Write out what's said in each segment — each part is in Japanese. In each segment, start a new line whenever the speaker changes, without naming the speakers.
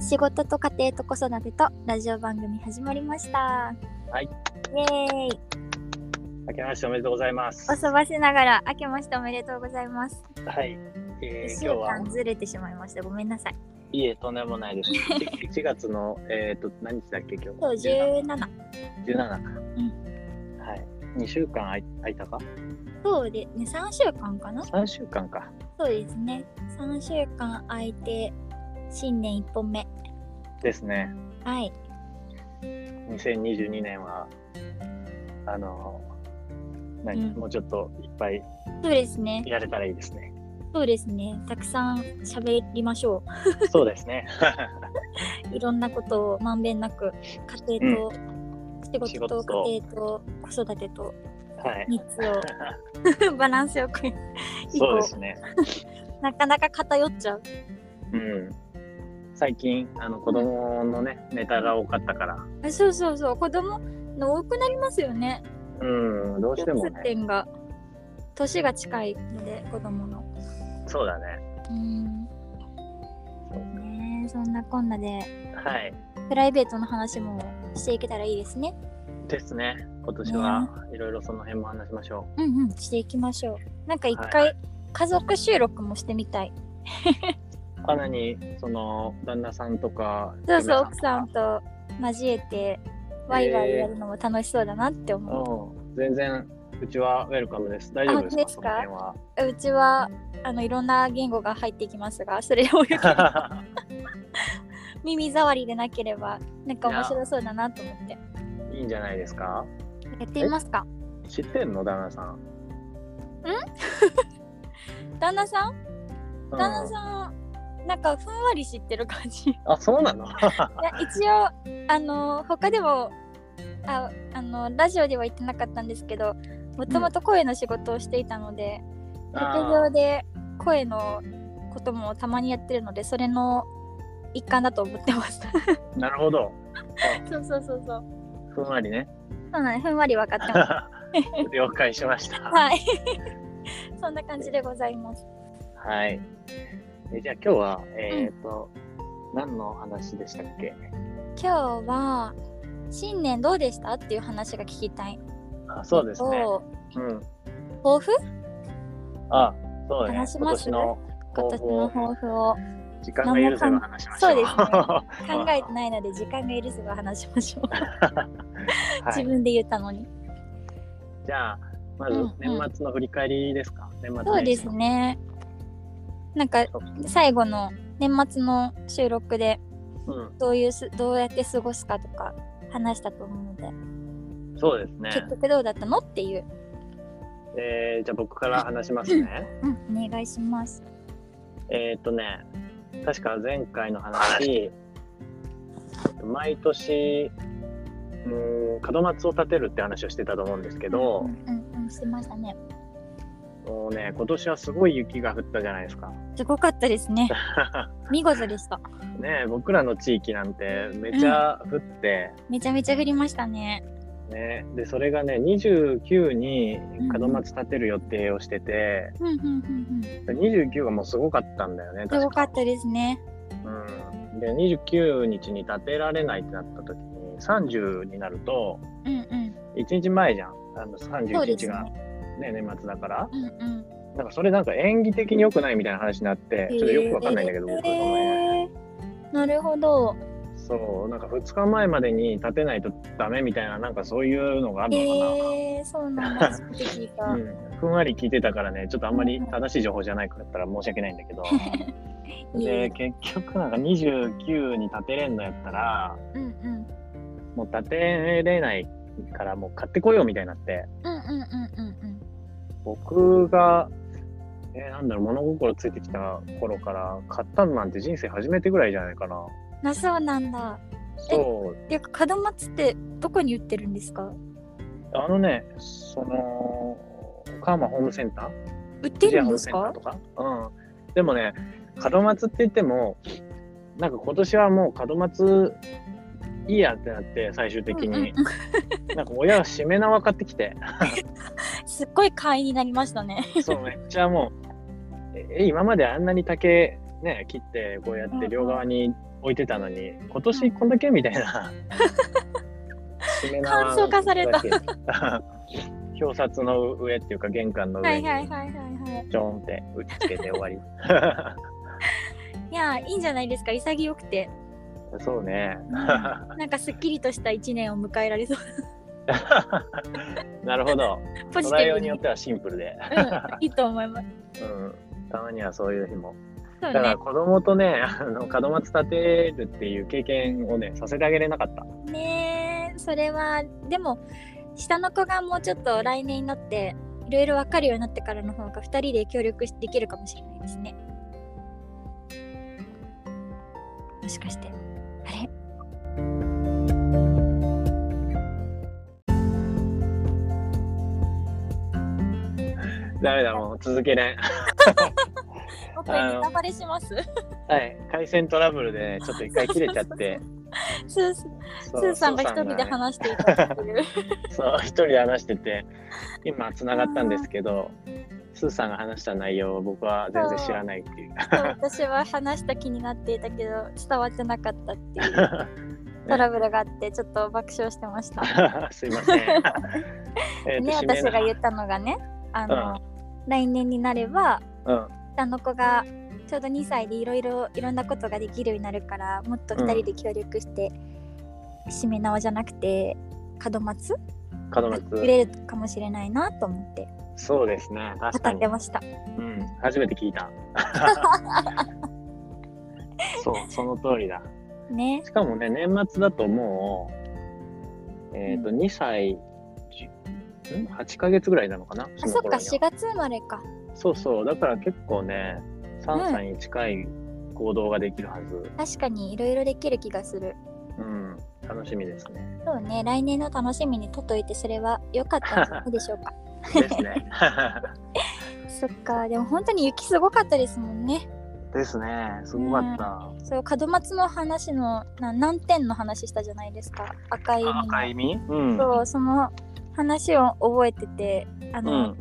仕事と家庭と子育てとラジオ番組始まりました。
はい。
イエーイ。
明けましておめでとうございます。
おそばしながら明けましておめでとうございます。
はい。えー
一週
今日は
間、ずれてしまいました。ごめんなさい。
いえ、とんでも ないです。1月の、えっ、と、何日だっけ、今日。
今日17。
17か。はい。2週間あい空いたか
そうでね、3週間かな
?3 週間か。
そうですね。3週間空いて、新年1本目。
ですね。
はい。
2022年は、あの、何、
うん
もうちょっといっぱい
そうですね。
やれたらいいですね。
そうですね。たくさん喋りましょ
そうですね。
う。いろんなことをまんべんなく、家庭と、仕
仕
事
事
と
と
家庭と子育てと
はい。
3つを バランスよく
そうですね。
なかなか偏っちゃう
うん。最近、あの、子供のね、ネタが多かったから、
あそうそうそう子供の多くなりますよね
うん、どうしても
共通
ね、
点が年が近いので子供の
そうだね。
うんねえそんなこんなで
はい、
プライベートの話もしていけたらいいですね
ですね。今年はいろいろその辺も話しましょ
うんうんしていきましょうなんか一
は
回家族収録もしてみたい、
う。かなりその旦那さんとか、
そうそう
姫
奥さん
と
と交えてワイワイやるのも楽しそうだなって思う、
か。うん、全然うちはウェルカムです。大丈夫ですか？
ですか
その
うちはあのいろんな言語が入ってきますがそれをよく
辺は。
耳障りでなければなんか面白そうだなと思ってや
いいんじゃないですか？
ってみますか
知ってんの旦那さん。
旦那さん
う
旦那さんなんかふんわり知ってる感 じい
あ、そうなの？
や一応あの他でもああのラジオでは言ってなかったんですけどもともと声の仕事をしていたので、副業
あ
で声のこともたまにやってるのでそれの一環だと思ってます
ーなるほど。
そうそうそうそう
ふんわりね。
そうなんですふんわり分かって ます
了解し ました。は
はいそんな感じでございます
い。えじゃあ今日はえっ、と、何の話でしたっけ？
今日は新年どうでしたっていう話が聞きたい
あ、そうですね。
お
うん。
抱負
あ、そうね。
話し
今
ます
年の
今年の
抱負を
抱負を考
時間が許せば話しましょ
そ
う。
うですね えてないので時間が許せば話しましょう、
は
自
い。
分で言ったのに
じゃあまず
うんうん
年末の振り返りですか。年末年始
そうです。ねなんか
そう
最後の年末の収録で
う
どういうすどうやって過ごすかとか話したと思うので、
ん、そうですね。
結局どうだったのっていう、
えー、じゃあ僕から話しますね。
うん、お願いします
えーっとね、確か前回の話、毎年。うーん門松を建てるって話をしてたと思うんですけど
う、んうんうんしてましたね
もうね今年はすごい雪が降ったじゃないですか。
すごかったですね見事でした
ねえ僕らの地域なんてめちゃ降って、
めちゃめちゃ降りましたね
ね、でそれがね29に
うん
門松建てる予定をしてて、
うんうんうんうん
29がもうすごかったんだよね
す
確
ごか
か
ったですね
うん、で29日に建てられないってなった時に30になると
うんうん
1日前じゃんあの
そう
31
です
日が、
ね
ね年末だから
うんうん
なんかそれなんか縁起的に良くないみたいな話になってちょっとよくわかんないんだけど、僕はごめん
えーなるほど。
そうなんか2日前までに建てないとダメみたいななんかそういうのがあるのかな、
えー、そうなん だ。初めて聞いた。
うんふんわり聞いてたからねちょっとあんまり正しい情報じゃないかったら申し訳ないんだけど
いえいえ
で結局なんか29に建てれんのやったら
うんうん。
もう建てれないからもう買ってこようみたいになって
うんうんうんうんうん。
僕が、えーなんだろう物心ついてきた頃から買ったのなんて人生初めてぐらいじゃないかな
なそうなんだ。
そう
ていうか門松ってどこに売ってるんですか？
あのねそのカーマホームセンター
売ってる
ホ
んで
ーム
す
センター
か
と？か。うん。でもね、門松って言っても、なんか今年はもう門松いいやってなって、最終的
うんうん
に。
うん
なんか親がしめ縄買って きて、
すっごい会員になりましたね。
そう、めっちゃもう、え、今まであんなに竹、ね、切ってこうやっ
うんう
て
ん
両側に置いてたのに、今年こんだけみたい な。締め縄
簡素化された
だけ。 表札の上っていうか玄関の
は
上
い
に
はいはいはいはい。
ちょんって打ち付けて終わり。
いやーいいんじゃないですか潔くて、
そうね。
うんなんかすっきりとした一年を迎えられそう
なるほど。
ポジ
捉え
ティ
よう
ブ
に
に、
よ
う
っ
ん
てはシンプルで。
いいと思います。
うん。たまにはそういう日も。
そう
だか
ね
ら子供とね、あの門松立てるっていう経験をね、させてあげれなかった。
ねえそれはでも下の子がもうちょっと来年になっていろいろ分かるようになってからの方が2人で協力できるかもしれないですね。もしかしてあれ
ダメだ、もう続けない。
オープンにネタバレします
はい。回線トラブルで、ちょっと一回切れち ゃって。
スース
ス
ースーさんが一人で話していたっていう。
そう、一人で話してて、今繋がったんですけど、スーさんが話した内容を僕は全然知らないっていう。
そう私は話した気になっていたけど伝わってなかったっていうトラブルがあってちょっと爆笑してました。
すいま せん。えーと
ね
締め
私
な
が言ったのがねあの、来年になれば
うん。
下の子がちょうど2歳でいろいろいろんなことができるようになるからもっと2人で協力して、締め縄じゃなくて門松
門
売
松。
れるかもしれないなと思って
そうですね。確
語
か
っ
に
て。ました
うん。初めて聞 いた。そう、その通りだ。
ね
しかもね、年末だともう、えっ、と、
う
2歳、じん ?8 ヶ月ぐらいなのかな
あ
の
そっか
頃には
4月生まれか
そうそう、だから結構ね、3歳に近い行動ができるはず。
確かにいろいろできる気がする
うん、楽しみです ね。
そうね来年の楽しみにとっといてそれは良かったんじゃないでしょうか
ですね。
そっかでも本当に雪すごかったですもんね
ですね、すごかった。
そう門松の話のな難点の話したじゃないですか赤い実の
あ赤い実うん。
そうその話を覚えててあ
う
の、
ん。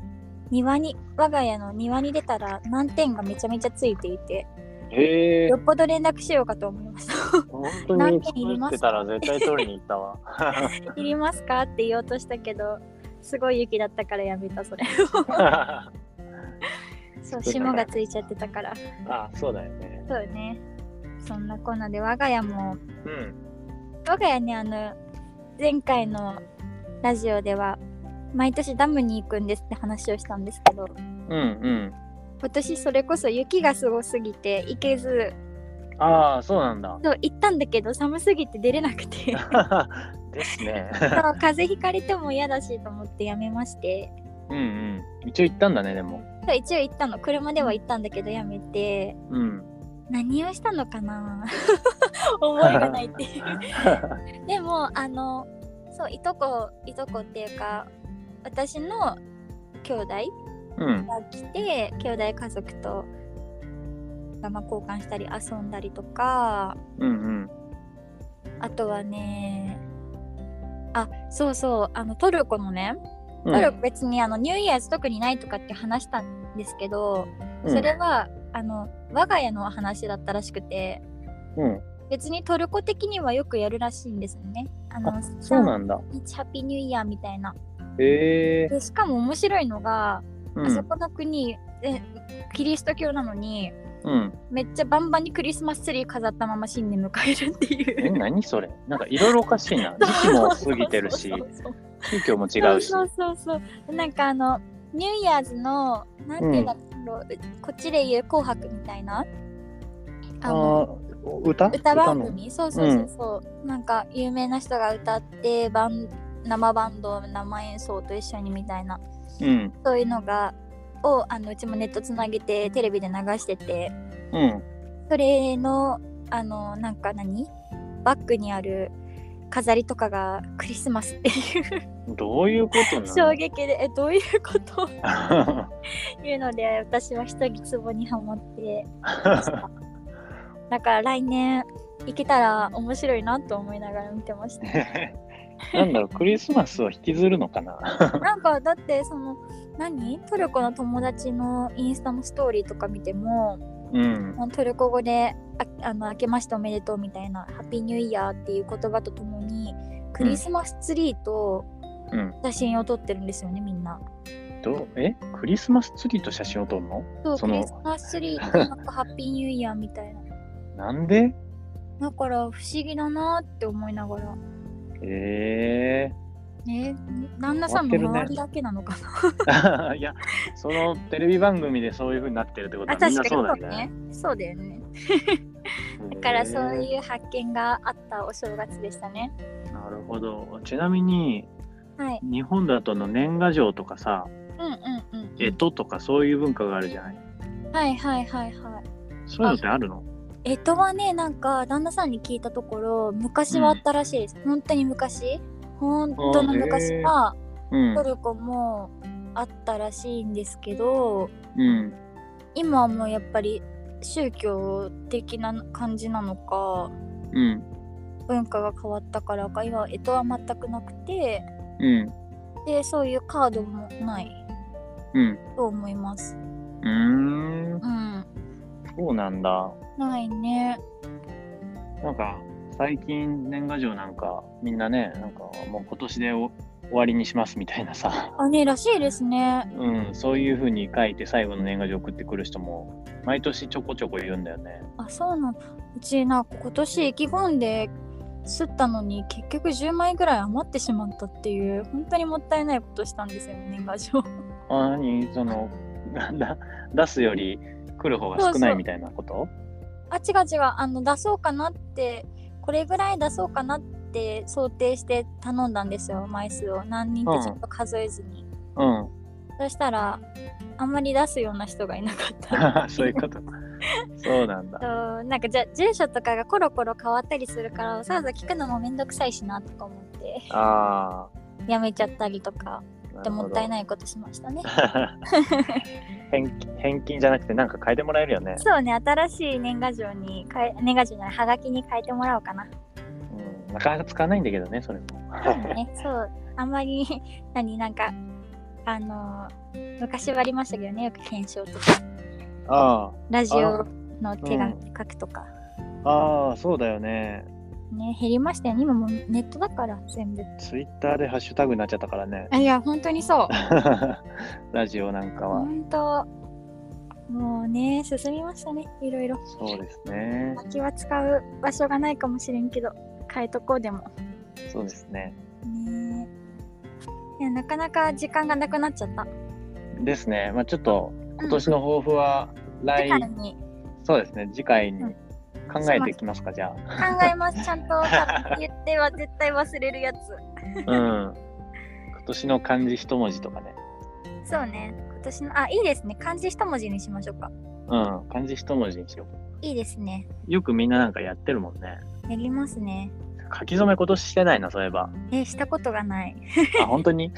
庭に我が家の庭に出たら難点がめちゃめちゃついていて
へえ
よ、っぽど連絡しようかと思いました 「
本当に作ってたら絶対取りに行った わ。
いりますか?」って言おうとしたけどすごい雪だったからやめたそ れそう霜がついちゃってたから
あ、そうだよね。
そうねそんなこんなで我が家も
うん。
我が家ねあの前回のラジオでは毎年ダムに行くんですって話をしたんですけど
うん
今年それこそ雪がすごすぎて行けず
うん。ああ、そうなん だ。
そう行ったんだけど寒すぎて出れなくてそう
ですね。
風邪ひかれても嫌だしと思ってやめまして
うんうん。一応行ったんだね、でも。
そう一応行ったの車では行ったんだけどやめて
うん。
何をしたのかな 思いがないっていうでもあのそういとこいとこっていうか私の兄弟
うん。
が来て兄弟家族とまあ交換したり遊んだりとか
うんうん。
あとはねあそうそうあのトルコのね
う
トル
ん
コ別にあのニューイヤーズ特にないとかって話したんですけど、
うん
それはあの我が家の話だったらしくて
うん。
別にトルコ的にはよくやるらしいんですよね。あの
そうなんだ。
321ハッピーニューイヤーみたいな。
へえ。
でしかも面白いのが、
う
あそ
ん。
この国えキリスト教なのに
うん。
めっちゃバンバンにクリスマスツリー飾ったまま新年迎えるってい
え、
う。
何それなんかいろいろおかしい な。時期も過ぎてるし
そう、そうそうそう
宗教も違うし。
そうそうそうそうなんかあのニューイヤーズのなんていうんだろう、こっちで言う「紅白」みたいなあの
あー歌
歌番
の
組そうそうそうそう、なんか有名な人が歌ってバン生バンド生演奏と一緒にみたいな
うん。
そういうのがをあのうちもネットつなげてテレビで流してて
うん。
それのあのなんか何バッグにある飾りとかがクリスマスっていう
どういうことなの
衝撃でえどういうこと
笑
いうので私は一人ツボにはま ってだから来年行けたら面白いなと思いながら見てまし た
なんだろう、クリスマスを引きずるのかな
なんかだってその何トルコの友達のインスタのストーリーとか見ても
うん。
まあトルコ語でああの「明けましておめでとう」みたいな「ハッピーニューイヤー」っていう言葉とともにクリスマスツリーと
うん。
写真を撮ってるんですよねみんな。
どうえクリスマスツリーと写真を撮るの
そう
そ
ク
の
リスマスツリーとなんかハッピーニューイヤーみたいな。
なんで
だから不思議だなって思いながら。
え
ね、旦那さんの周りだけなのかな。
えー。い や、そのテレビ番組でそういう風になってるってこと
あ
はみん
確か
な
にそう
そうだよ
ね
ね。。
そうだよね。だか
だ
らそういう発見があったお正月でしたね。
なるほど。ちなみに、
はい。
日本だとあの年賀状とかさ、
うんうんうん。
えととかそういう文化があるじゃない。
はいはいはいはい。
そういうのってあるの
えとはねなんか旦那さんに聞いたところ昔はあったらしいです、本当に昔本当の昔は
うん
ト。ルコもあったらしいんですけど
うん。
今はもうやっぱり宗教的な感じなのか
うん。
文化が変わったからか今えとは全くなくて
うん。
でそういうカードもない
うん。
と思います
うーん。
うん
そうなんだ。
ないね
なんか、最近年賀状なんか、みんなね、なんかもう今年でお終わりにしますみたいなさ、
あねらしいですね
うん、そういう風に書いて最後の年賀状送ってくる人も、毎年ちょこちょこいるんだよね。
あそうなのうちなんか今年意気込んで吸ったのに結局10枚ぐらい余ってしまったっていう本当にもったいないことしたんですよね年賀状
あ、何その、 だ出すより来る方が少ないみたいなこと
あ違う違うあの出そうかなってこれぐらい出そうかなって想定して頼んだんですよ枚数を何人ってちょっと数えずに、
うん。
そしたらあんまり出すような人がいなかっ た
あそういうこと。そうなんだ。
そうなんかじゃ住所とかがコロコロ変わったりするからわざわざ聞くのもめんどくさいしなとか思って
あ
やめちゃったりとか
あ。
でもったい
い。
ないことしましたね。
返金返金じゃなくてなんか変えてもらえるよね。
そうね、新しい年賀状に変え、年賀状じゃない、はがきに変えてもらおうかな。
うん、なかなか使わないんだけどね、それも。
ね、そう、あんまり、 何、なんか、あのー昔はありましたけどね、よく検証とか、
あ
ラジオの手紙書くとか、
あ、ああ、そうだよね。
ね、減りましたよね、今もうネットだから、全部。
ツイッターでハッシュタグになっちゃったからね。
あいや、本当にそう。
ラジオなんかは。
本当、もうね、進みましたね、いろいろ。
そうですね。
空きは使う場所がないかもしれんけど、変えとこうでも。
そうですね。
ねえいやなかなか時間がなくなっちゃった
ですね。まあちょっと今年
の
の抱負は
次
来、
回に
そうですね、次回に
うん
考えていきますか、じゃ
考えますちゃんと多分言っては絶対忘れるやつ
あ。うん。今年の漢字一文字とかね。
そうね今年のあいいですね漢字一文字にしましょうか
うん。漢字一文字にしよう。
いいですね
よくみんななんかやってるもんね。
やりますね
書き初め今年してないな、そういえば。
えしたことがない
あ、本当 に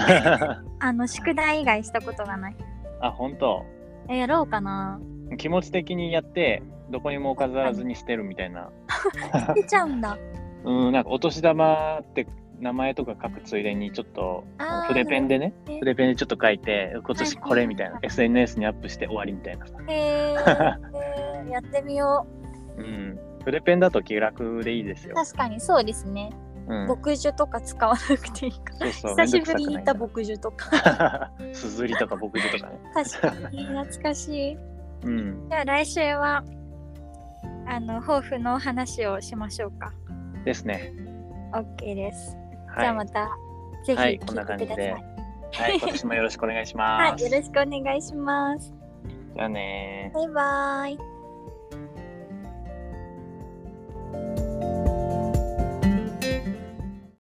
あの宿題以外したことがない
あ、本当。
えやろうか な
気持ち的にやってどこにも飾らずに捨てるみたいな、
出ちゃうんだ
うん、なんかお年玉って名前とか書くついでにちょっと
あー
筆ペンでね
ね
筆ペンでちょっと書いて今年これみたい
は
ない SNS にアップして終わりみたいなさ、
へーえーやってみよ
うん、筆ペンだと気楽でいいです
う
よ、
確かにそうですね
うん、
牧場とか使わなくていいから
そうそう
久しぶりに行った
めんど
牧場とか
くさくないんだ すずりとか僕とかね、
確かに懐かしい
うん、
じゃあ来週はあの抱負のお話をしましょうか。
ですね
OK です。じゃあ
は
ま
い、
た、ぜひ
はい
聞いてください。
こんなはい、今年もよろしくお願いし
は
ま
い、
す、
よろしくお願いします。
じゃあねー
バイバーイ。